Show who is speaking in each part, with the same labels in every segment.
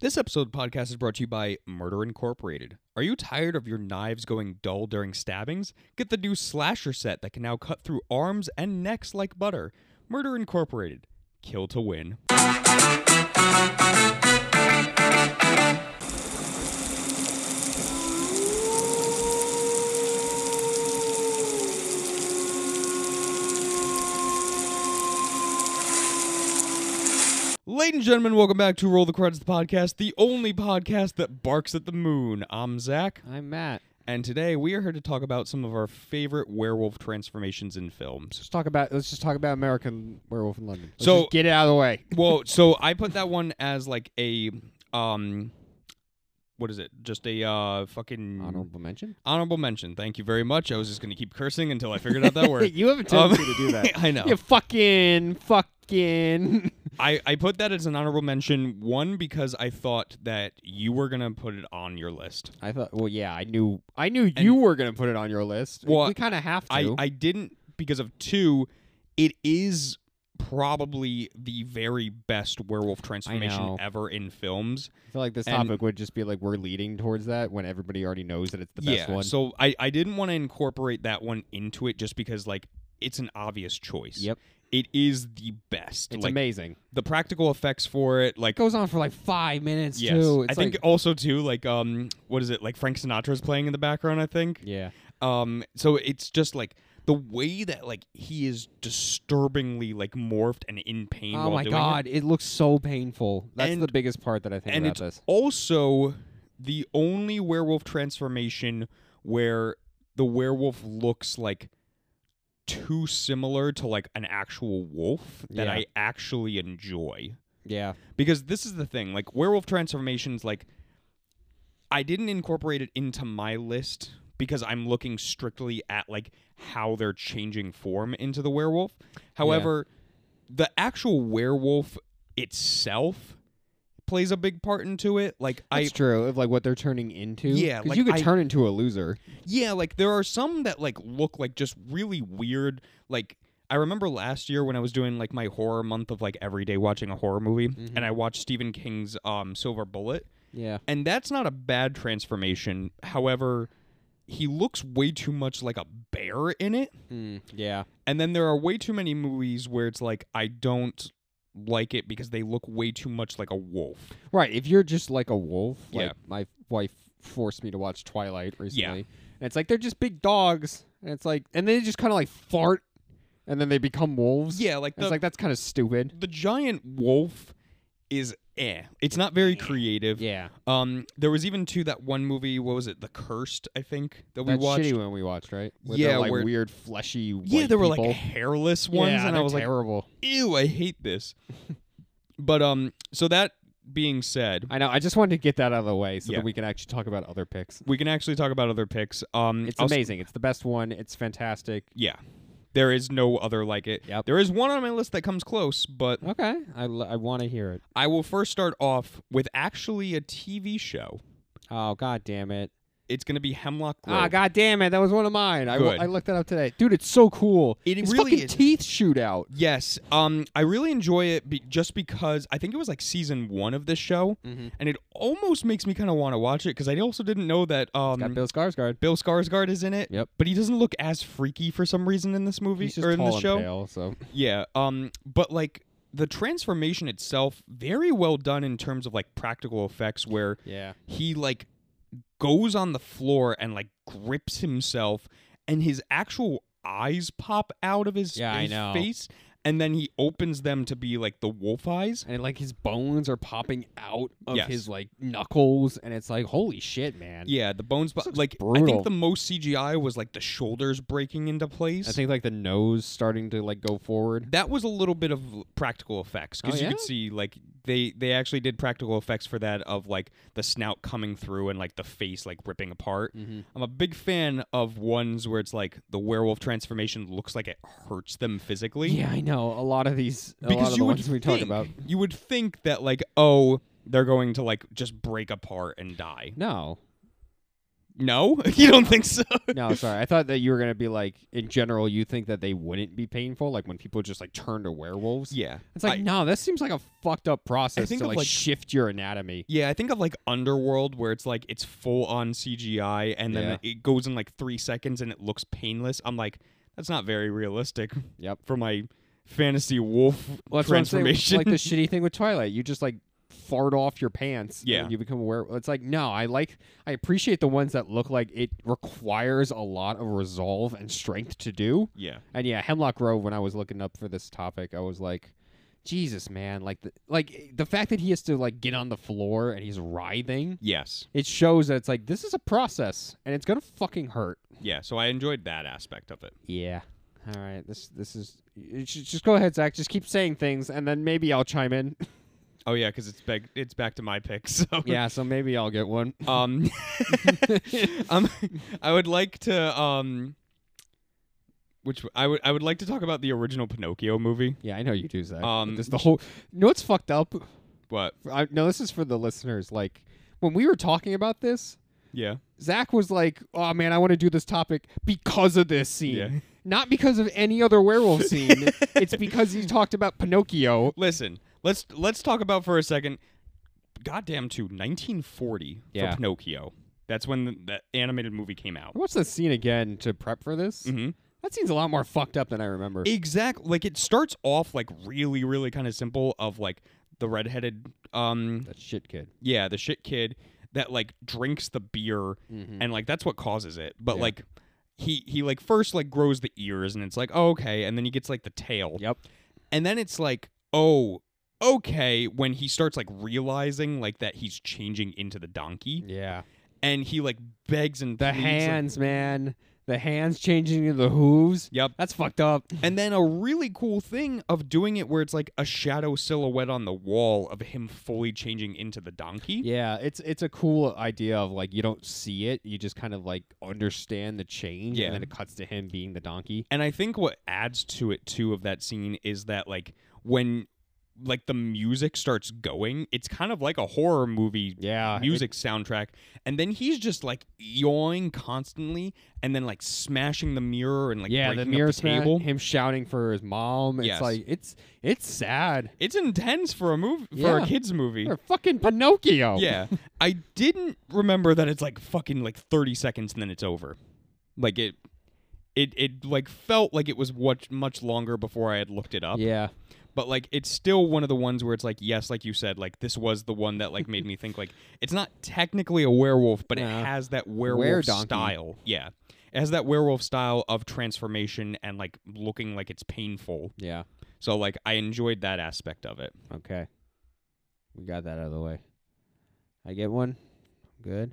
Speaker 1: This episode of the podcast is brought to you by Murder Incorporated. Are you tired of your knives going dull during stabbings? Get the new slasher set that can now cut through arms and necks like butter. Murder Incorporated. Kill to win. Ladies and gentlemen, welcome back to Roll the Credits, the podcast, the only podcast that barks at the moon. I'm Zach,
Speaker 2: I'm Matt.
Speaker 1: and today we are here to talk about some of our favorite werewolf transformations in films.
Speaker 2: Let's talk about let's just talk about American Werewolf in London. Let's
Speaker 1: So-
Speaker 2: just get it out of the way.
Speaker 1: Well, so I put that one as like a um what is it? Just a uh fucking
Speaker 2: Honorable mention.
Speaker 1: honorable mention. Thank you very much. I was just going to keep cursing until I figured out that word.
Speaker 2: you have a
Speaker 1: Um,
Speaker 2: tendency to do that.
Speaker 1: I know.
Speaker 2: You fucking fucking.
Speaker 1: I, I put that as an honorable mention one because I thought that you were gonna put it on your list.
Speaker 2: I thought. Well, yeah, I knew. I knew you were gonna put it on your list.
Speaker 1: Well,
Speaker 2: we kind of have to.
Speaker 1: I, I didn't because of two. It is probably the very best werewolf transformation
Speaker 2: know.
Speaker 1: ever in films.
Speaker 2: I feel like this
Speaker 1: and-
Speaker 2: topic would just be like we're leading towards that when everybody already knows that it's the
Speaker 1: yeah.
Speaker 2: best one.
Speaker 1: So I, I didn't want to incorporate that one into it just because like it's an obvious choice.
Speaker 2: Yep.
Speaker 1: It is the best.
Speaker 2: it's
Speaker 1: like
Speaker 2: amazing.
Speaker 1: the practical effects for it, like
Speaker 2: It goes on for like five minutes
Speaker 1: Yes.
Speaker 2: too.
Speaker 1: I
Speaker 2: It's
Speaker 1: think
Speaker 2: like-
Speaker 1: also too, like um what is it? Like Frank Sinatra's playing in the background, I think.
Speaker 2: yeah.
Speaker 1: Um so it's just like the way that like he is disturbingly like morphed and in pain while
Speaker 2: Oh my
Speaker 1: doing it.
Speaker 2: god, it. looks so painful. That's
Speaker 1: And-
Speaker 2: the biggest part that I think
Speaker 1: and
Speaker 2: about
Speaker 1: it's
Speaker 2: this.
Speaker 1: also the only werewolf transformation where the werewolf looks like too similar to like an actual wolf that
Speaker 2: Yeah.
Speaker 1: I actually enjoy.
Speaker 2: Yeah.
Speaker 1: Because this is the thing, like werewolf transformations like I didn't incorporate it into my list because I'm looking strictly at like how they're changing form into the werewolf. However, the actual werewolf itself plays a big part into it. Like I
Speaker 2: That's true. Of like what they're turning into.
Speaker 1: Yeah,
Speaker 2: 'Cause
Speaker 1: like,
Speaker 2: you could
Speaker 1: I-
Speaker 2: turn into a loser.
Speaker 1: Yeah, like there are some that like look like just really weird. Like I remember last year when I was doing like my horror month of like every day watching a horror movie, and I watched Stephen King's um Silver Bullet,
Speaker 2: Yeah.
Speaker 1: and that's not a bad transformation. However, he looks way too much like a bear in it,
Speaker 2: Hmm, yeah.
Speaker 1: and then there are way too many movies where it's like I don't like it because they look way too much like a wolf.
Speaker 2: Right. If you're just like a wolf, like
Speaker 1: Yeah.
Speaker 2: my wife forced me to watch Twilight recently,
Speaker 1: Yeah.
Speaker 2: and it's like they're just big dogs, and it's like, and they just kind of like fart, and then they become wolves.
Speaker 1: Yeah, like
Speaker 2: And
Speaker 1: the
Speaker 2: it's like that's kind of stupid.
Speaker 1: the giant wolf is eh. It's not very creative.
Speaker 2: Yeah.
Speaker 1: Um, there was even too that one movie. What was it? The Cursed, I think that we
Speaker 2: That's
Speaker 1: watched.
Speaker 2: shitty when we watched, right? Where
Speaker 1: Yeah,
Speaker 2: they're like
Speaker 1: where-
Speaker 2: weird fleshy.
Speaker 1: Yeah,
Speaker 2: white
Speaker 1: there were
Speaker 2: people.
Speaker 1: like hairless
Speaker 2: Yeah,
Speaker 1: ones, and I
Speaker 2: they're
Speaker 1: was like,
Speaker 2: terrible.
Speaker 1: "Ew, I hate this." but um, so that being said,
Speaker 2: I know. I just wanted to get that out of the way so
Speaker 1: Yeah.
Speaker 2: that we can actually talk about other picks.
Speaker 1: we can actually talk about other picks. Um,
Speaker 2: It's
Speaker 1: I'll s-
Speaker 2: amazing. It's the best one. It's fantastic.
Speaker 1: Yeah, there is no other like it.
Speaker 2: Yep.
Speaker 1: There is one on my list that comes close, but
Speaker 2: Okay, I, l- I want to hear it.
Speaker 1: I will first start off with actually a TV show.
Speaker 2: Oh god damn it!
Speaker 1: It's going to be Hemlock Grove.
Speaker 2: Ah god damn it! That was one of mine. I, w-
Speaker 1: Good.
Speaker 2: I looked that up today, dude. It's so cool.
Speaker 1: It
Speaker 2: His
Speaker 1: really
Speaker 2: fucking
Speaker 1: is.
Speaker 2: teeth shoot out.
Speaker 1: Yes, um, I really enjoy it be- just because I think it was like season one of this show,
Speaker 2: Mhm.
Speaker 1: and it almost makes me kind of want to watch it because I also didn't know that
Speaker 2: Got
Speaker 1: um,
Speaker 2: Bill Skarsgård.
Speaker 1: Bill Skarsgård is in it.
Speaker 2: Yep.
Speaker 1: but he doesn't look as freaky for some reason in this movie
Speaker 2: He's just
Speaker 1: or in
Speaker 2: tall
Speaker 1: this show.
Speaker 2: and pale, so
Speaker 1: Yeah, um, but like the transformation itself, very well done in terms of like practical effects, where
Speaker 2: yeah.
Speaker 1: he like goes on the floor and like grips himself and his actual eyes pop out of his,
Speaker 2: Yeah, I
Speaker 1: his
Speaker 2: know.
Speaker 1: face and then he opens them to be like the wolf eyes
Speaker 2: And like his bones are popping out of
Speaker 1: Yes.
Speaker 2: his like knuckles, and it's like holy shit, man.
Speaker 1: yeah the bones but
Speaker 2: looks
Speaker 1: like i
Speaker 2: brutal.
Speaker 1: think the most cgi was like the shoulders breaking into place
Speaker 2: I think like the nose starting to like go forward.
Speaker 1: that was a little bit of practical effects because
Speaker 2: Oh,
Speaker 1: you
Speaker 2: yeah?
Speaker 1: could see like they they actually did practical effects for that of like the snout coming through and like the face like ripping apart.
Speaker 2: Mm-hmm.
Speaker 1: I'm a big fan of ones where it's like the werewolf transformation looks like it hurts them physically.
Speaker 2: Yeah, I know. A lot of these, a lot
Speaker 1: because
Speaker 2: of
Speaker 1: you
Speaker 2: the
Speaker 1: would
Speaker 2: ones we
Speaker 1: think,
Speaker 2: talk about.
Speaker 1: you would think that like oh they're going to like just break apart and die.
Speaker 2: No,
Speaker 1: No, you don't think so?
Speaker 2: No, sorry. I thought that you were gonna be like, in general, you think that they wouldn't be painful, like when people just like turn to werewolves.
Speaker 1: yeah,
Speaker 2: It's like,
Speaker 1: I-
Speaker 2: no, that seems like a fucked up process
Speaker 1: think
Speaker 2: to
Speaker 1: of,
Speaker 2: like,
Speaker 1: like-
Speaker 2: shift your anatomy.
Speaker 1: Yeah, I think of like Underworld where it's like it's full on CGI and then it goes in like three seconds and it looks painless. I'm like, that's not very realistic
Speaker 2: Yep.
Speaker 1: for my fantasy wolf
Speaker 2: Well, that's what I'm saying,
Speaker 1: transformation.
Speaker 2: like the shitty thing with Twilight. You just like fart off your pants. and
Speaker 1: Yeah.
Speaker 2: then you become a werewolf. It's like, no, I like, I appreciate the ones that look like it requires a lot of resolve and strength to do.
Speaker 1: yeah.
Speaker 2: And yeah, Hemlock Grove. When I was looking up for this topic, I was like, Jesus, man! Like, the, like eh, the fact that he has to like get on the floor and he's writhing,
Speaker 1: Yes.
Speaker 2: it shows that it's like this is a process and it's gonna fucking hurt.
Speaker 1: Yeah. So I enjoyed that aspect of it.
Speaker 2: Yeah. All right. This this is you should- just go ahead, Zach. Just keep saying things, and then maybe I'll chime in.
Speaker 1: Oh yeah, because it's back it's back to my pick. So
Speaker 2: yeah. So maybe I'll get one.
Speaker 1: Um, um, I would like to um, which I would I would like to talk about the original Pinocchio movie.
Speaker 2: Yeah, I know you do, Zach. but
Speaker 1: Um,
Speaker 2: this the whole. You know what's fucked up?
Speaker 1: What?
Speaker 2: I, no, this is for the listeners. Like when we were talking about this,
Speaker 1: Yeah.
Speaker 2: Zach was like, "Oh man, I want to do this topic because of this scene,
Speaker 1: Yeah.
Speaker 2: not because of any other werewolf scene. it's because he talked about Pinocchio."
Speaker 1: Listen, let's let's talk about for a second. Goddamn, too. 1940
Speaker 2: Yeah.
Speaker 1: for Pinocchio. That's when the, that animated movie came out.
Speaker 2: I watched the scene again to prep for this.
Speaker 1: Mm-hmm.
Speaker 2: That scene's a lot more fucked up than I remember.
Speaker 1: Exactly. Like it starts off like really, really kind of simple. Of like the redheaded, um,
Speaker 2: that shit kid.
Speaker 1: yeah, the shit kid that like drinks the beer
Speaker 2: Mm-hmm.
Speaker 1: and like that's what causes it. But
Speaker 2: Yeah.
Speaker 1: like he he like first like grows the ears and it's like oh, okay, and then he gets like the tail.
Speaker 2: Yep.
Speaker 1: and then it's like oh okay when he starts like realizing like that he's changing into the donkey
Speaker 2: Yeah.
Speaker 1: and he like begs and
Speaker 2: The
Speaker 1: pleads, like-
Speaker 2: hands, man. The hands changing into the hooves.
Speaker 1: yep
Speaker 2: That's fucked up.
Speaker 1: and then a really cool thing of doing it where it's like a shadow silhouette on the wall of him fully changing into the donkey
Speaker 2: Yeah, it's it's a cool idea of like you don't see it, you just kind of like understand the change,
Speaker 1: Yeah.
Speaker 2: and then it cuts to him being the donkey.
Speaker 1: and i think what adds to it too of that scene is that like when like the music starts going it's kind of like a horror movie
Speaker 2: Yeah, it-
Speaker 1: music soundtrack and then he's just like yawing constantly and then like smashing the mirror and like
Speaker 2: yeah, the
Speaker 1: breaking
Speaker 2: mirror
Speaker 1: up the
Speaker 2: smash,
Speaker 1: table
Speaker 2: him shouting for his mom. It's
Speaker 1: Yes.
Speaker 2: like it's it's sad.
Speaker 1: it's intense for a movie for
Speaker 2: Yeah.
Speaker 1: a kids movie
Speaker 2: You're fucking Pinocchio.
Speaker 1: yeah i didn't remember that it's like fucking like 30 seconds and then it's over like it it it like felt like it was what much longer before i had looked it up
Speaker 2: yeah.
Speaker 1: but like it's still one of the ones where it's like yes like you said like this was the one that like made me think like it's not technically a werewolf but
Speaker 2: Yeah.
Speaker 1: it has that werewolf
Speaker 2: Were-donkey.
Speaker 1: style yeah it has that werewolf style of transformation and like looking like it's painful
Speaker 2: Yeah.
Speaker 1: so like i enjoyed that aspect of it
Speaker 2: Okay. We got that out of the way. I get one. Good.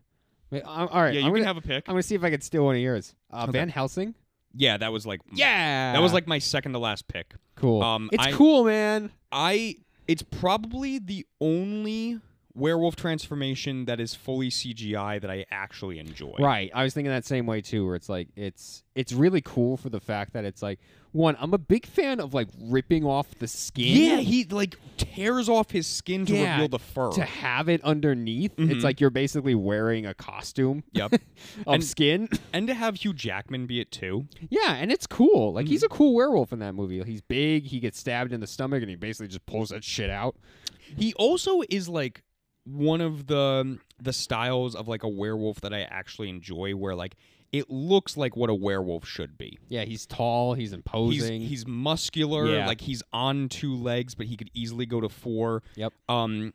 Speaker 2: Wait, I'm, all right.
Speaker 1: yeah you
Speaker 2: I'm
Speaker 1: can
Speaker 2: gonna
Speaker 1: have a pick
Speaker 2: I'm gonna see if I can steal one of yours. Uh,
Speaker 1: Okay.
Speaker 2: Van Helsing.
Speaker 1: yeah that was like
Speaker 2: Yeah.
Speaker 1: that was like my second to last pick
Speaker 2: cool.
Speaker 1: um,
Speaker 2: it's
Speaker 1: I-
Speaker 2: cool, man.
Speaker 1: i it's probably the only werewolf transformation that is fully cgi that i actually enjoy
Speaker 2: Right. I was thinking that same way too, where it's like it's it's really cool for the fact that it's like one. I'm a big fan of like ripping off the
Speaker 1: Yeah,
Speaker 2: skin.
Speaker 1: he like tears off his skin to
Speaker 2: Yeah,
Speaker 1: reveal the fur.
Speaker 2: To have it underneath, it's
Speaker 1: Mhm.
Speaker 2: like you're basically wearing a costume
Speaker 1: yep.
Speaker 2: of
Speaker 1: And-
Speaker 2: skin.
Speaker 1: And to have Hugh Jackman be it too.
Speaker 2: yeah, and it's cool. Like
Speaker 1: Mm-hmm.
Speaker 2: he's a cool werewolf in that movie. He's big. He gets stabbed in the stomach, and he basically just pulls that shit out.
Speaker 1: He also is like one of the the styles of like a werewolf that I actually enjoy where like it looks like what a werewolf should be.
Speaker 2: Yeah, he's tall. He's
Speaker 1: He's
Speaker 2: imposing.
Speaker 1: he's muscular,
Speaker 2: Yeah.
Speaker 1: like he's on two legs but he could easily go to four.
Speaker 2: Yep.
Speaker 1: Um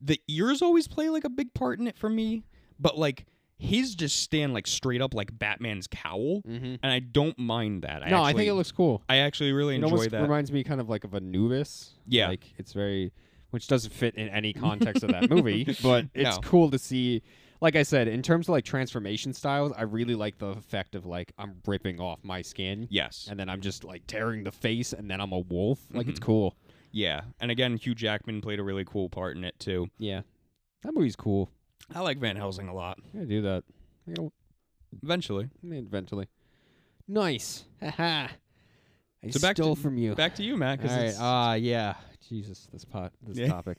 Speaker 1: the ears always play like a big part in it for me, but like his just stand like straight up like Batman's cowl.
Speaker 2: mm-hmm.
Speaker 1: And I don't mind that. I
Speaker 2: No, I
Speaker 1: actually-
Speaker 2: think it looks cool.
Speaker 1: I actually really
Speaker 2: It
Speaker 1: enjoy
Speaker 2: almost
Speaker 1: that.
Speaker 2: reminds me kind of like of Anubis.
Speaker 1: Yeah.
Speaker 2: like it's very, which doesn't fit in any context of that movie, but it's
Speaker 1: No.
Speaker 2: cool to see. Like I said, in terms of like transformation styles, I really like the effect of like I'm ripping off my skin
Speaker 1: yes.
Speaker 2: and then I'm just like tearing the face and then I'm a wolf. Like it's cool.
Speaker 1: yeah. And again, Hugh Jackman played a really cool part in it too.
Speaker 2: Yeah, that movie's cool.
Speaker 1: I like Van Helsing a lot.
Speaker 2: I'm gonna do that. I'm gonna,
Speaker 1: Eventually.
Speaker 2: I'm gonna eventually. Nice. Haha. I
Speaker 1: So back to-
Speaker 2: stole from you.
Speaker 1: Back to you, Matt. 'cause
Speaker 2: All right.
Speaker 1: it's-
Speaker 2: Ah, yeah. Jesus, this pot, this
Speaker 1: Yeah.
Speaker 2: topic.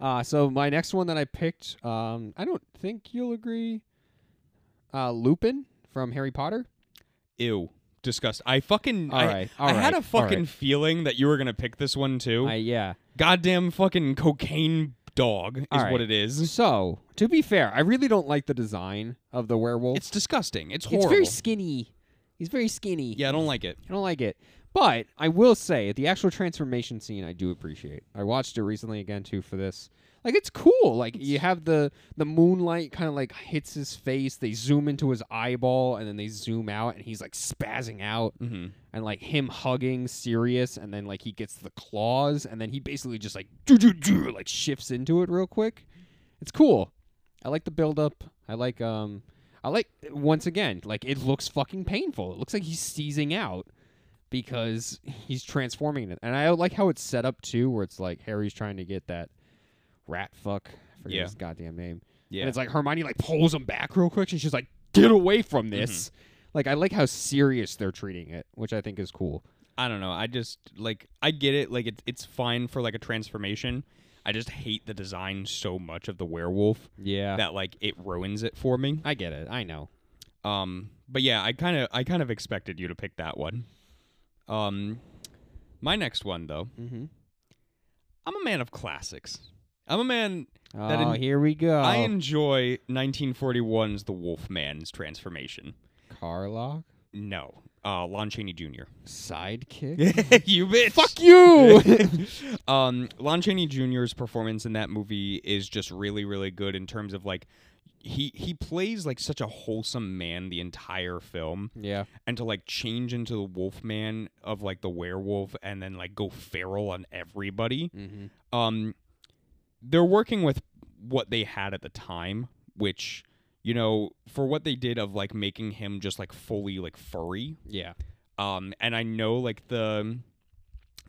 Speaker 2: Uh, so my next one that I picked, um, I don't think you'll agree. Uh, Lupin from Harry Potter.
Speaker 1: Ew. Disgust. I fucking
Speaker 2: All
Speaker 1: I,
Speaker 2: right, all
Speaker 1: I had
Speaker 2: right,
Speaker 1: a
Speaker 2: all
Speaker 1: fucking
Speaker 2: right.
Speaker 1: feeling that you were gonna pick this one too.
Speaker 2: I, yeah.
Speaker 1: Goddamn fucking cocaine dog is
Speaker 2: All right.
Speaker 1: what it is.
Speaker 2: So to be fair, I really don't like the design of the werewolf.
Speaker 1: It's disgusting. It's
Speaker 2: it's
Speaker 1: horrible.
Speaker 2: very skinny. He's very skinny.
Speaker 1: yeah, I don't like it.
Speaker 2: I don't like it. But I will say the actual transformation scene I do appreciate. I watched it recently again too for this. Like it's cool. Like you have the the moonlight kind of like hits his face. They zoom into his eyeball and then they zoom out and he's like spazzing out
Speaker 1: Mm-hmm.
Speaker 2: and like him hugging Sirius and then like he gets the claws and then he basically just like do do do like shifts into it real quick. It's cool. I like the build up. I like um I like once again like it looks fucking painful. It looks like he's seizing out because he's transforming it. And I like how it's set up too where it's like Harry's trying to get that rat fuck I forget
Speaker 1: Yeah.
Speaker 2: his goddamn name.
Speaker 1: Yeah.
Speaker 2: And it's like Hermione like pulls him back real quick and she's like, get away from
Speaker 1: Mm-hmm.
Speaker 2: this. Like I like how serious they're treating it, which I think is cool.
Speaker 1: I don't know. I just like I get it. Like it's it's fine for like a transformation. I just hate the design so much of the werewolf
Speaker 2: Yeah.
Speaker 1: that like it ruins it for me.
Speaker 2: I get it. I know.
Speaker 1: Um, but yeah, I kind of I kind of expected you to pick that one. Um, my next one though,
Speaker 2: Mm-hmm.
Speaker 1: I'm a man of classics. I'm a man.
Speaker 2: Oh,
Speaker 1: That in-
Speaker 2: here we go.
Speaker 1: I enjoy 1941's The Wolfman's transformation.
Speaker 2: Carlock
Speaker 1: No, uh, Lon Chaney Jr.
Speaker 2: sidekick.
Speaker 1: you bitch.
Speaker 2: Fuck you.
Speaker 1: um, Lon Chaney Jr.'s performance in that movie is just really, really good in terms of like he he plays like such a wholesome man the entire film,
Speaker 2: yeah.
Speaker 1: and to like change into the Wolfman of like the werewolf and then like go feral on everybody.
Speaker 2: Mm-hmm.
Speaker 1: Um, they're working with what they had at the time, which you know for what they did of like making him just like fully like furry
Speaker 2: Yeah.
Speaker 1: um and i know like the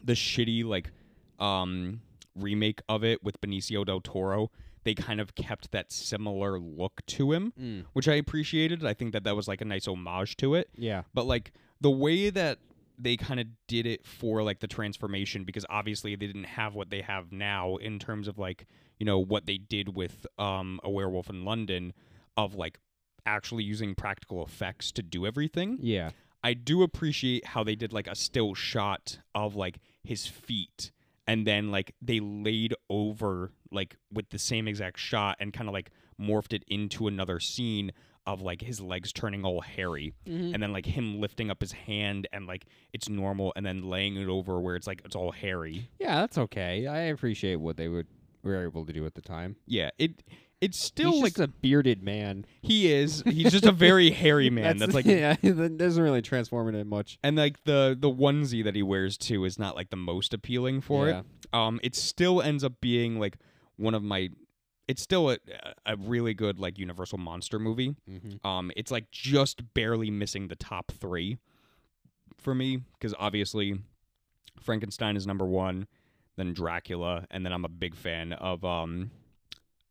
Speaker 1: the shitty like um remake of it with benicio del toro they kind of kept that similar look to him
Speaker 2: Mm.
Speaker 1: which i appreciated i think that that was like a nice homage to it
Speaker 2: Yeah.
Speaker 1: but like the way that they kind of did it for like the transformation because obviously they didn't have what they have now in terms of like you know what they did with um a werewolf in london of like actually using practical effects to do everything
Speaker 2: Yeah.
Speaker 1: I do appreciate how they did like a still shot of like his feet and then like they laid over like with the same exact shot and kind of like morphed it into another scene of like his legs turning all hairy and then like him lifting up his hand and like it's normal and then laying it over where it's like it's all hairy.
Speaker 2: Yeah, that's okay. I appreciate what they would were able to do at the time.
Speaker 1: Yeah, it it's still
Speaker 2: He's
Speaker 1: like
Speaker 2: just a bearded man.
Speaker 1: he is. He's just a very hairy man. That's, like
Speaker 2: yeah, that doesn't really transform it in much.
Speaker 1: and like the the onesie that he wears too is not like the most appealing for
Speaker 2: Yeah.
Speaker 1: it. Um, it still ends up being like one of my. It's still a a really good like Universal monster movie.
Speaker 2: Mm-hmm.
Speaker 1: Um, it's like just barely missing the top three for me because obviously Frankenstein is number one, then Dracula, and then I'm a big fan of um,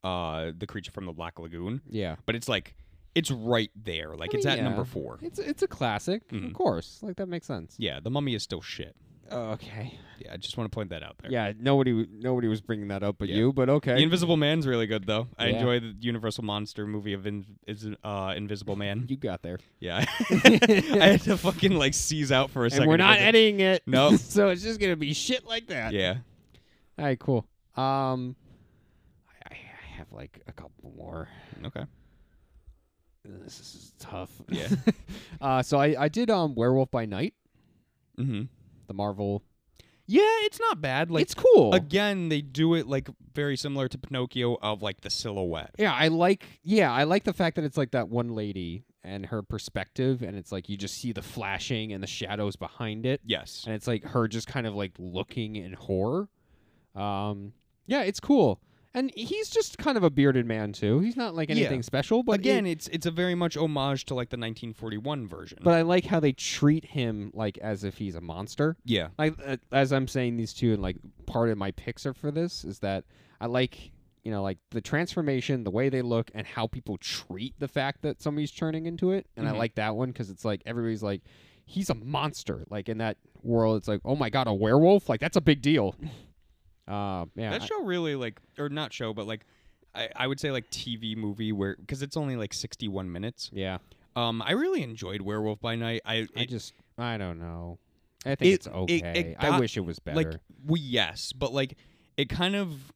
Speaker 1: uh, the creature from the Black Lagoon.
Speaker 2: Yeah.
Speaker 1: But it's like it's right there. Like
Speaker 2: I
Speaker 1: it's
Speaker 2: mean,
Speaker 1: at
Speaker 2: Oh, yeah.
Speaker 1: number four.
Speaker 2: It's it's a classic,
Speaker 1: Mhm.
Speaker 2: of course. Like that makes sense. Oh,
Speaker 1: Yeah, the mummy is still shit.
Speaker 2: okay.
Speaker 1: Yeah, I just want to point that out there.
Speaker 2: Yeah, nobody w- nobody was bringing that up but
Speaker 1: Yeah.
Speaker 2: you, but okay.
Speaker 1: The Invisible Man's really good though. I
Speaker 2: Yeah.
Speaker 1: enjoy the Universal Monster movie of in- is, uh, Invisible Man.
Speaker 2: you got there.
Speaker 1: Yeah, I had to fucking like seize out for a
Speaker 2: And
Speaker 1: second.
Speaker 2: we're
Speaker 1: It
Speaker 2: not
Speaker 1: wasn't-
Speaker 2: editing it.
Speaker 1: No.
Speaker 2: so it's just going to be shit like that.
Speaker 1: Yeah,
Speaker 2: All right, cool. Um I, I have like a couple more.
Speaker 1: okay.
Speaker 2: This is tough.
Speaker 1: Yeah.
Speaker 2: uh so I I did um Werewolf by Night,
Speaker 1: Mm-hmm.
Speaker 2: the Marvel.
Speaker 1: Yeah, it's not bad. Like
Speaker 2: it's cool.
Speaker 1: again, they do it like very similar to Pinocchio of like the silhouette.
Speaker 2: Yeah, I like yeah, I like the fact that it's like that one lady and her perspective and it's like you just see the flashing and the shadows behind it
Speaker 1: Yes.
Speaker 2: and it's like her just kind of like looking in horror. Um yeah, it's cool. And he's just kind of a bearded man too. He's not like
Speaker 1: Yeah.
Speaker 2: anything special, but
Speaker 1: again, it's it's a very much homage to like the 1941 version.
Speaker 2: but I like how they treat him like as if he's a monster.
Speaker 1: yeah,
Speaker 2: Like uh, as I'm saying these two, and like part of my picks are for this is that I like you know like the transformation, the way they look, and how people treat the fact that somebody's turning into it. And
Speaker 1: Mhm.
Speaker 2: I like that one because it's like everybody's like he's a monster. Like in that world, it's like oh my god, a werewolf. Like that's a big deal. Uh, yeah,
Speaker 1: that
Speaker 2: I-
Speaker 1: show really like or not show, but like I, I would say like TV movie where because it's only like 61 minutes.
Speaker 2: Yeah.
Speaker 1: Um, I really enjoyed Werewolf by Night. I, it,
Speaker 2: I just I don't know. I think
Speaker 1: It-
Speaker 2: it's okay. I
Speaker 1: got-
Speaker 2: wish it was better.
Speaker 1: like we yes, but like it kind of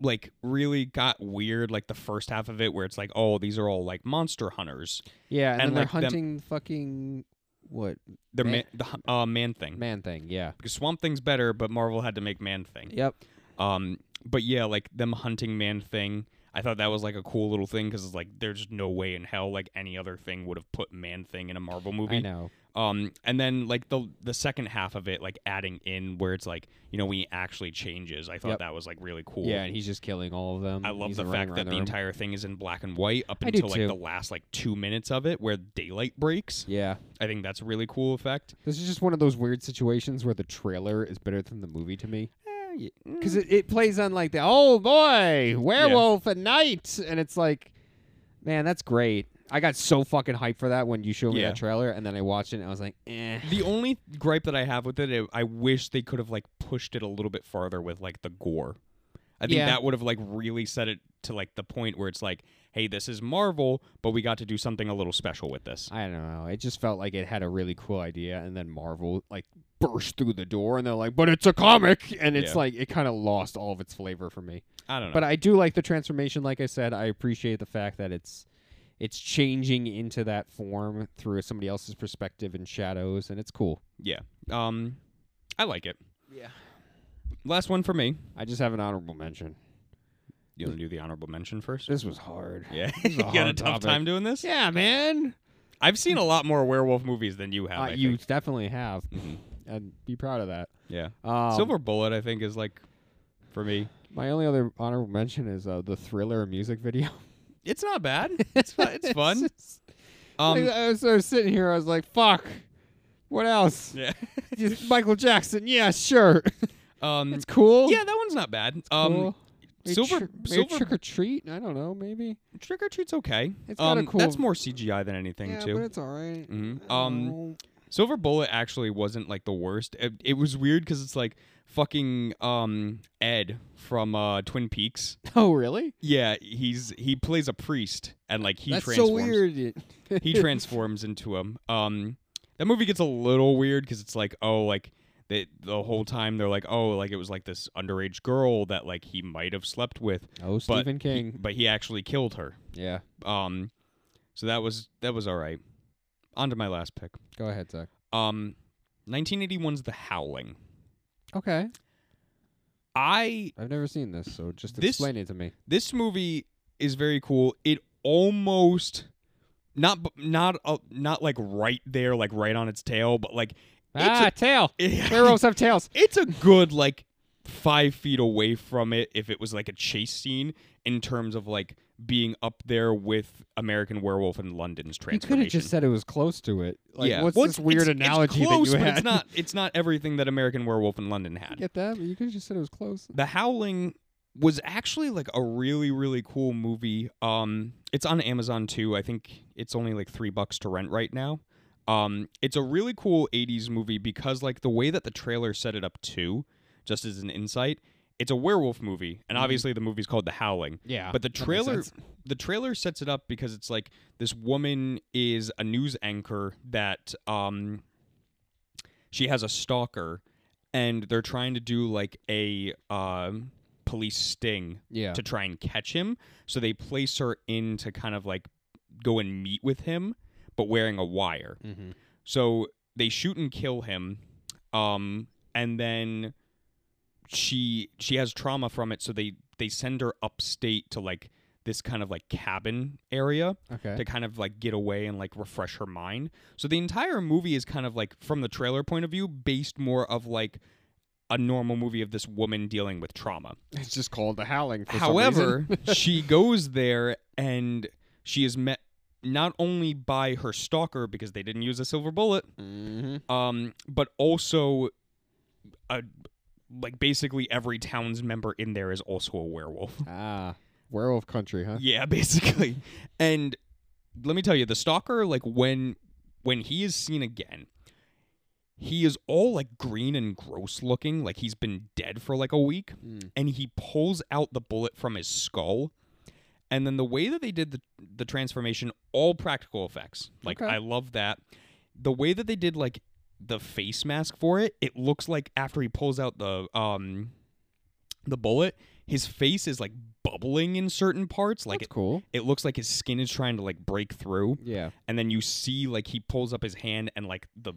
Speaker 1: like really got weird like the first half of it where it's like oh these are all like monster hunters
Speaker 2: yeah, and,
Speaker 1: and
Speaker 2: then they're
Speaker 1: like them-
Speaker 2: hunting fucking what
Speaker 1: they're man,
Speaker 2: Man-
Speaker 1: the hu- uh, man thing
Speaker 2: man thing? Yeah.
Speaker 1: because swamp thing's better but marvel had to make man thing
Speaker 2: Yep.
Speaker 1: Um, but yeah, like them hunting man thing, I thought that was like a cool little thing because it's like there's no way in hell like any other thing would have put man thing in a Marvel
Speaker 2: I
Speaker 1: movie.
Speaker 2: know.
Speaker 1: Um, and then like the the second half of it, like adding in where it's like you know when he actually changes, I thought
Speaker 2: Yep.
Speaker 1: that was like really cool.
Speaker 2: Yeah, and he's just killing all of them.
Speaker 1: I love
Speaker 2: He's
Speaker 1: the
Speaker 2: running
Speaker 1: fact
Speaker 2: around
Speaker 1: that the,
Speaker 2: room.
Speaker 1: entire thing is in black and white up
Speaker 2: I do
Speaker 1: until like the
Speaker 2: too.
Speaker 1: last like two minutes of it where daylight breaks.
Speaker 2: Yeah.
Speaker 1: I think that's a really cool effect.
Speaker 2: This is just one of those weird situations where the trailer is better than the movie to me.
Speaker 1: Eh, yeah.
Speaker 2: Because it, it plays on like the oh boy, werewolf at night. And it's like, man, that's great. I got so fucking hyped for that when you showed me
Speaker 1: Yeah.
Speaker 2: that trailer, and then I watched it and I was like, eh.
Speaker 1: The only gripe that I have with it, I I wish they could have like pushed it a little bit farther with like the gore. I think
Speaker 2: Yeah.
Speaker 1: that would have like really set it to like the point where it's like, hey, this is Marvel, but we got to do something a little special with this.
Speaker 2: I don't know. It just felt like it had a really cool idea, and then Marvel like burst through the door, and they're like, "But it's a comic," and it's
Speaker 1: Yeah.
Speaker 2: like it kind of lost all of its flavor for me.
Speaker 1: I don't know.
Speaker 2: But I do like the transformation. Like I said, I appreciate the fact that it's it's changing into that form through somebody else's perspective and shadows, and it's cool.
Speaker 1: yeah. Um I like it.
Speaker 2: Yeah.
Speaker 1: Last one for me.
Speaker 2: I just have an honorable mention.
Speaker 1: You want to do the honorable mention first?
Speaker 2: This was hard.
Speaker 1: Yeah.
Speaker 2: This is
Speaker 1: you
Speaker 2: a
Speaker 1: got a
Speaker 2: hard
Speaker 1: tough
Speaker 2: topic.
Speaker 1: time doing this?
Speaker 2: Yeah, man.
Speaker 1: I've seen a lot more werewolf movies than you have.
Speaker 2: Uh,
Speaker 1: I
Speaker 2: you
Speaker 1: think.
Speaker 2: definitely have,
Speaker 1: Mhm.
Speaker 2: and be proud of that.
Speaker 1: Yeah.
Speaker 2: Um,
Speaker 1: Silver Bullet, I think, is like for me.
Speaker 2: My only other honorable mention is uh, the Thriller music video.
Speaker 1: It's not bad. It's fun. It's fun.
Speaker 2: just-
Speaker 1: Um,
Speaker 2: like, I was sort of sitting here. I was like, "Fuck, what else?
Speaker 1: yeah.
Speaker 2: Just Michael Jackson? Yeah, sure.
Speaker 1: Um,
Speaker 2: it's cool.
Speaker 1: yeah, that one's not bad. um,
Speaker 2: cool. Maybe
Speaker 1: Silver-
Speaker 2: tr- maybe
Speaker 1: Silver-
Speaker 2: trick or treat. I don't know. Maybe
Speaker 1: Trick or Treat's okay.
Speaker 2: It's got
Speaker 1: um,
Speaker 2: a cool-
Speaker 1: That's more CGI than anything
Speaker 2: yeah, but
Speaker 1: too.
Speaker 2: it's all right.
Speaker 1: Mhm.
Speaker 2: I don't
Speaker 1: Um,
Speaker 2: know.
Speaker 1: Silver Bullet actually wasn't like the worst. It, it was weird because it's like fucking um Ed from uh Twin Peaks.
Speaker 2: oh really?
Speaker 1: Yeah, he's he plays a priest and like he
Speaker 2: That's so
Speaker 1: transforms.
Speaker 2: weird.
Speaker 1: he transforms into him. Um, that movie gets a little weird because it's like, oh, like they, the whole time they're like, oh, like it was like this underage girl that like he might have slept with,
Speaker 2: oh,
Speaker 1: but
Speaker 2: Stephen
Speaker 1: he-
Speaker 2: King.
Speaker 1: but he actually killed her.
Speaker 2: yeah,
Speaker 1: Um, so that was that was all right. On to my last pick.
Speaker 2: go ahead, Zach.
Speaker 1: Um, 1981's The Howling.
Speaker 2: Okay,
Speaker 1: I
Speaker 2: I've never seen this, so just
Speaker 1: This-
Speaker 2: explain it to me.
Speaker 1: this movie is very cool. It almost not b- not uh, not like right there, like right on its tail, but like it's
Speaker 2: ah,
Speaker 1: a-
Speaker 2: tail. Werewolves have tails.
Speaker 1: it's a good like five feet away from it if it was like a chase scene in terms of like being up there with American Werewolf in London's
Speaker 2: You could
Speaker 1: transformation.
Speaker 2: have just said it was close to it. Like,
Speaker 1: yeah.
Speaker 2: what's
Speaker 1: Well,
Speaker 2: this
Speaker 1: it's-
Speaker 2: weird
Speaker 1: it's-
Speaker 2: analogy
Speaker 1: it's close,
Speaker 2: that you
Speaker 1: but
Speaker 2: had?
Speaker 1: It's not. It's not everything that American Werewolf in London
Speaker 2: I
Speaker 1: had.
Speaker 2: get that, but you could have just said it was close.
Speaker 1: The Howling was actually like a really really cool movie. Um, it's on Amazon too. I think it's only like three bucks to rent right now. Um, it's a really cool '80s movie because like the way that the trailer set it up too, just as an insight, it's a werewolf movie, and
Speaker 2: Mhm.
Speaker 1: obviously the movie's called The Howling.
Speaker 2: Yeah,
Speaker 1: But the
Speaker 2: Ah, that makes
Speaker 1: trailer,
Speaker 2: sense.
Speaker 1: the trailer sets it up because it's like this woman is a news anchor that um, she has a stalker, and they're trying to do like a um police sting
Speaker 2: Yeah,
Speaker 1: to try and catch him. So they place her in to kind of like go and meet with him, but wearing a wire.
Speaker 2: mm-hmm.
Speaker 1: So they shoot and kill him, um, and then she she has trauma from it. So they they send her upstate to like this kind of like cabin area
Speaker 2: okay.
Speaker 1: to kind of like get away and like refresh her mind. So the entire movie is kind of like from the trailer point of view, based more of like a normal movie of this woman dealing with trauma.
Speaker 2: It's just called the Howling. For
Speaker 1: However, she goes there and she is met not only by her stalker because they didn't use a silver bullet
Speaker 2: mm-hmm.
Speaker 1: um, but also, uh, like basically every town's member in there is also a werewolf.
Speaker 2: ah, werewolf country, huh?
Speaker 1: yeah, basically. And let me tell you, the stalker, like when when he is seen again, he is all like green and gross looking, like he's been dead for like a week,
Speaker 2: Mm.
Speaker 1: and he pulls out the bullet from his skull And then the way that they did the the transformation, all practical effects. Like
Speaker 2: Okay.
Speaker 1: I love that. The way that they did like the face mask for it, it looks like after he pulls out the um the bullet, his face is like bubbling in certain parts. Like
Speaker 2: That's
Speaker 1: it,
Speaker 2: cool.
Speaker 1: it looks like his skin is trying to like break through.
Speaker 2: Yeah.
Speaker 1: And then you see like he pulls up his hand and like the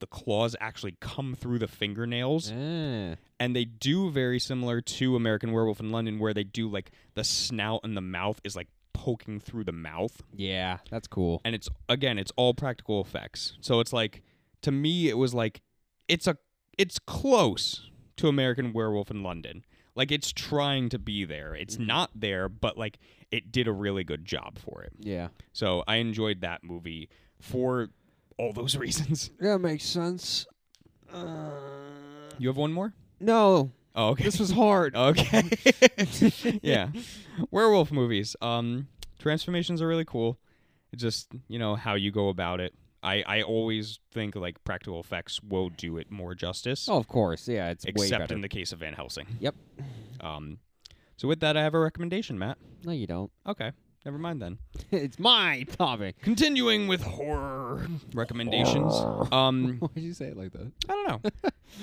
Speaker 1: the claws actually come through the fingernails
Speaker 2: Ah,
Speaker 1: and they do very similar to American Werewolf in London, where they do like the snout and the mouth is like poking through the mouth,
Speaker 2: yeah, that's cool.
Speaker 1: and it's again, it's all practical effects. So it's like to me, it was like it's a it's close to American Werewolf in London. Like it's trying to be there. It's not there, but like it did a really good job for it.
Speaker 2: Yeah.
Speaker 1: So I enjoyed that movie for all those reasons.
Speaker 2: Yeah, makes sense. Uh,
Speaker 1: You have one more?
Speaker 2: no,
Speaker 1: Oh, okay.
Speaker 2: this was hard.
Speaker 1: Okay. yeah. Werewolf movies. Um, transformations are really cool. It's just, you know, how you go about it. I, I always think like practical effects will do it more justice.
Speaker 2: Oh, of course. Yeah, it's way
Speaker 1: except
Speaker 2: better.
Speaker 1: in the case of Van Helsing.
Speaker 2: Yep.
Speaker 1: Um so with that I have a recommendation, Matt.
Speaker 2: no, you don't.
Speaker 1: Okay. Never mind then.
Speaker 2: it's my topic.
Speaker 1: Continuing with horror recommendations. Um
Speaker 2: Why did you say it like that?
Speaker 1: I don't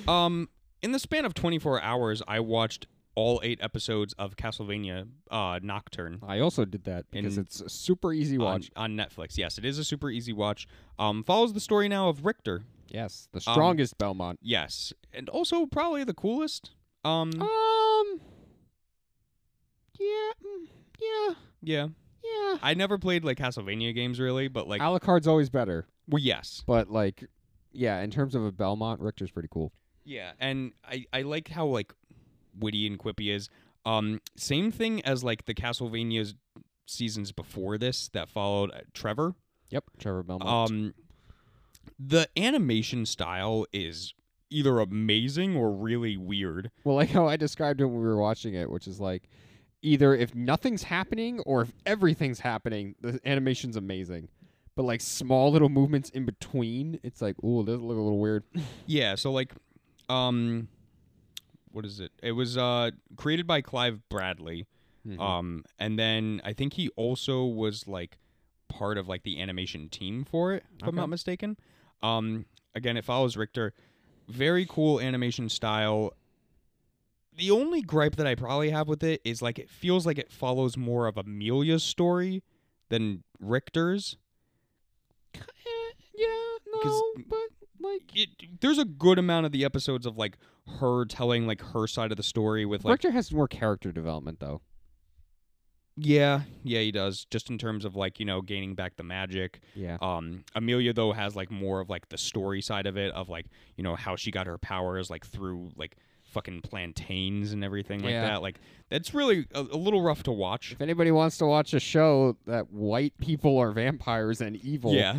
Speaker 1: know. um, in the span of 24 hours, I watched all eight episodes of Castlevania uh, Nocturne
Speaker 2: I also did that because
Speaker 1: In-
Speaker 2: it's a super easy
Speaker 1: on,
Speaker 2: watch.
Speaker 1: on Netflix. Yes, it is a super easy watch. Um, follows the story now of Richter.
Speaker 2: yes, the
Speaker 1: um,
Speaker 2: strongest Belmont.
Speaker 1: Yes, and also probably the coolest. Um,
Speaker 2: Um. Yeah. mm, Yeah.
Speaker 1: yeah,
Speaker 2: Yeah.
Speaker 1: I never played like Castlevania games really, but like,
Speaker 2: Alucard's always better,
Speaker 1: well, yes,
Speaker 2: but like, yeah, in terms of a Belmont, Richter's pretty cool.
Speaker 1: yeah, and I I like how like witty and quippy is. Um, same thing as like the Castlevania's seasons before this that followed uh, Trevor.
Speaker 2: Yep, Trevor Belmont.
Speaker 1: Um, the animation style is either amazing or really weird.
Speaker 2: Well, like how I described it when we were watching it, which is like either if nothing's happening or if everything's happening, the animation's amazing. But like small little movements in between, it's like, ooh, does look a little weird.
Speaker 1: Yeah, so like, um, what is it? It was uh created by Clive Bradley.
Speaker 2: Hmm. Mm-hmm.
Speaker 1: Um, and then I think he also was like part of like the animation team for it, if I'm
Speaker 2: Okay.
Speaker 1: not mistaken. Um, again, it follows Richter. Very cool animation style. The only gripe that I probably have with it is like it feels like it follows more of Amelia's story than Richter's.
Speaker 2: yeah,
Speaker 1: 'Cause-
Speaker 2: no, but like
Speaker 1: It, there's a good amount of the episodes of like her telling like her side of the story with like
Speaker 2: Richter has more character development though.
Speaker 1: yeah yeah he does just in terms of like you know gaining back the magic
Speaker 2: Yeah.
Speaker 1: Um, Amelia though has like more of like the story side of it of like you know how she got her powers like through like fucking plantains and everything like
Speaker 2: Yeah.
Speaker 1: that. Like that's really a, a little rough to watch.
Speaker 2: If anybody wants to watch a show that white people are vampires and evil,
Speaker 1: Yeah,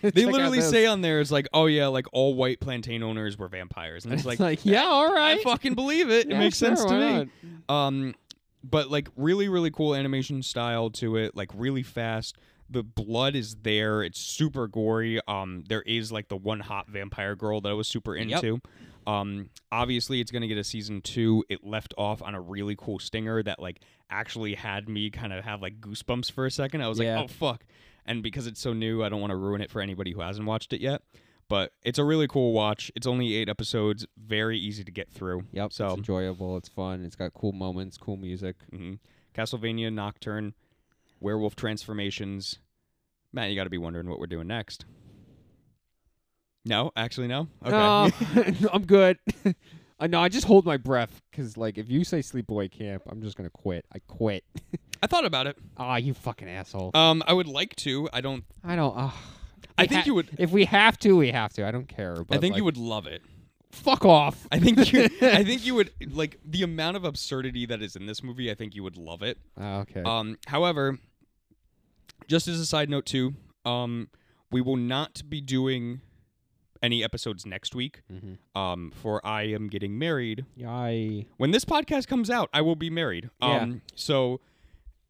Speaker 1: they literally say on there it's like oh yeah like all white plantain owners were vampires and it's like,
Speaker 2: yeah, all
Speaker 1: I
Speaker 2: right,
Speaker 1: fucking believe it.
Speaker 2: Yeah,
Speaker 1: it makes
Speaker 2: sure,
Speaker 1: sense to
Speaker 2: why
Speaker 1: me.
Speaker 2: not?
Speaker 1: Um, but like really, really cool animation style to it. Like really fast. The blood is there. It's super gory. Um, there is like the one hot vampire girl that I was super
Speaker 2: Yep.
Speaker 1: into. Um, obviously it's gonna get a season two. It left off on a really cool stinger that like actually had me kind of have like goosebumps for a second. I was
Speaker 2: Yeah.
Speaker 1: like, oh fuck. And because it's so new, I don't want to ruin it for anybody who hasn't watched it yet. But it's a really cool watch. It's only eight episodes, very easy to get through.
Speaker 2: Yep,
Speaker 1: So
Speaker 2: it's enjoyable. It's fun. It's got cool moments, cool music.
Speaker 1: hmm Castlevania Nocturne, werewolf transformations. Matt, you got to be wondering what we're doing next. No, actually, no. Okay.
Speaker 2: No, I'm good. I know. I just hold my breath because, like, if you say sleepaway camp, I'm just gonna quit. I quit.
Speaker 1: I thought about it.
Speaker 2: Ah, you fucking asshole.
Speaker 1: Um, I would like to. I don't.
Speaker 2: I don't. Uh,
Speaker 1: I think you would.
Speaker 2: If we have to, we have to. I don't care. But
Speaker 1: I think you
Speaker 2: like,
Speaker 1: would love it.
Speaker 2: Fuck off.
Speaker 1: I think you. I think you would like the amount of absurdity that is in this movie. I think you would love it.
Speaker 2: Ah, okay.
Speaker 1: Um, however, just as a side note too, um, we will not be doing any episodes next week.
Speaker 2: Mhm.
Speaker 1: Um, for I am getting married
Speaker 2: Yay.
Speaker 1: when this podcast comes out, I will be married.
Speaker 2: Yeah.
Speaker 1: Um so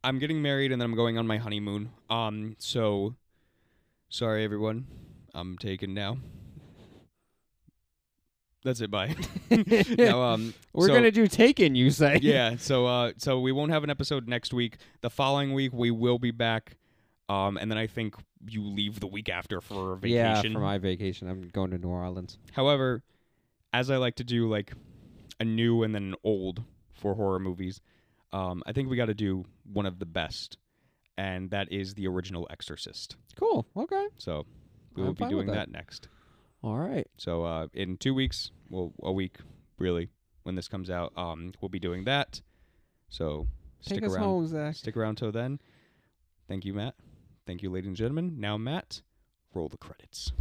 Speaker 1: I'm getting married and then I'm going on my honeymoon. Um so sorry everyone. I'm taken now. That's it. Bye. no, um,
Speaker 2: We're
Speaker 1: so-
Speaker 2: gonna do Taken, you say?
Speaker 1: yeah so uh so we won't have an episode next week the following week we will be back um and then i think you leave the week after for a
Speaker 2: Yeah,
Speaker 1: vacation
Speaker 2: for my vacation, I'm going to New Orleans.
Speaker 1: however as i like to do like a new and then an old for horror movies um i think we got to do one of the best and that is the original exorcist
Speaker 2: Cool. Okay.
Speaker 1: so we
Speaker 2: I'm
Speaker 1: will be
Speaker 2: fine with
Speaker 1: doing that
Speaker 2: that.
Speaker 1: next
Speaker 2: All right.
Speaker 1: so uh, in two weeks, well, a week really, when this comes out, um, we'll be doing that. So stick
Speaker 2: Take us
Speaker 1: around.
Speaker 2: home, Zach.
Speaker 1: Stick around till then. Thank you, Matt. Thank you, ladies and gentlemen. Now, Matt, roll the credits.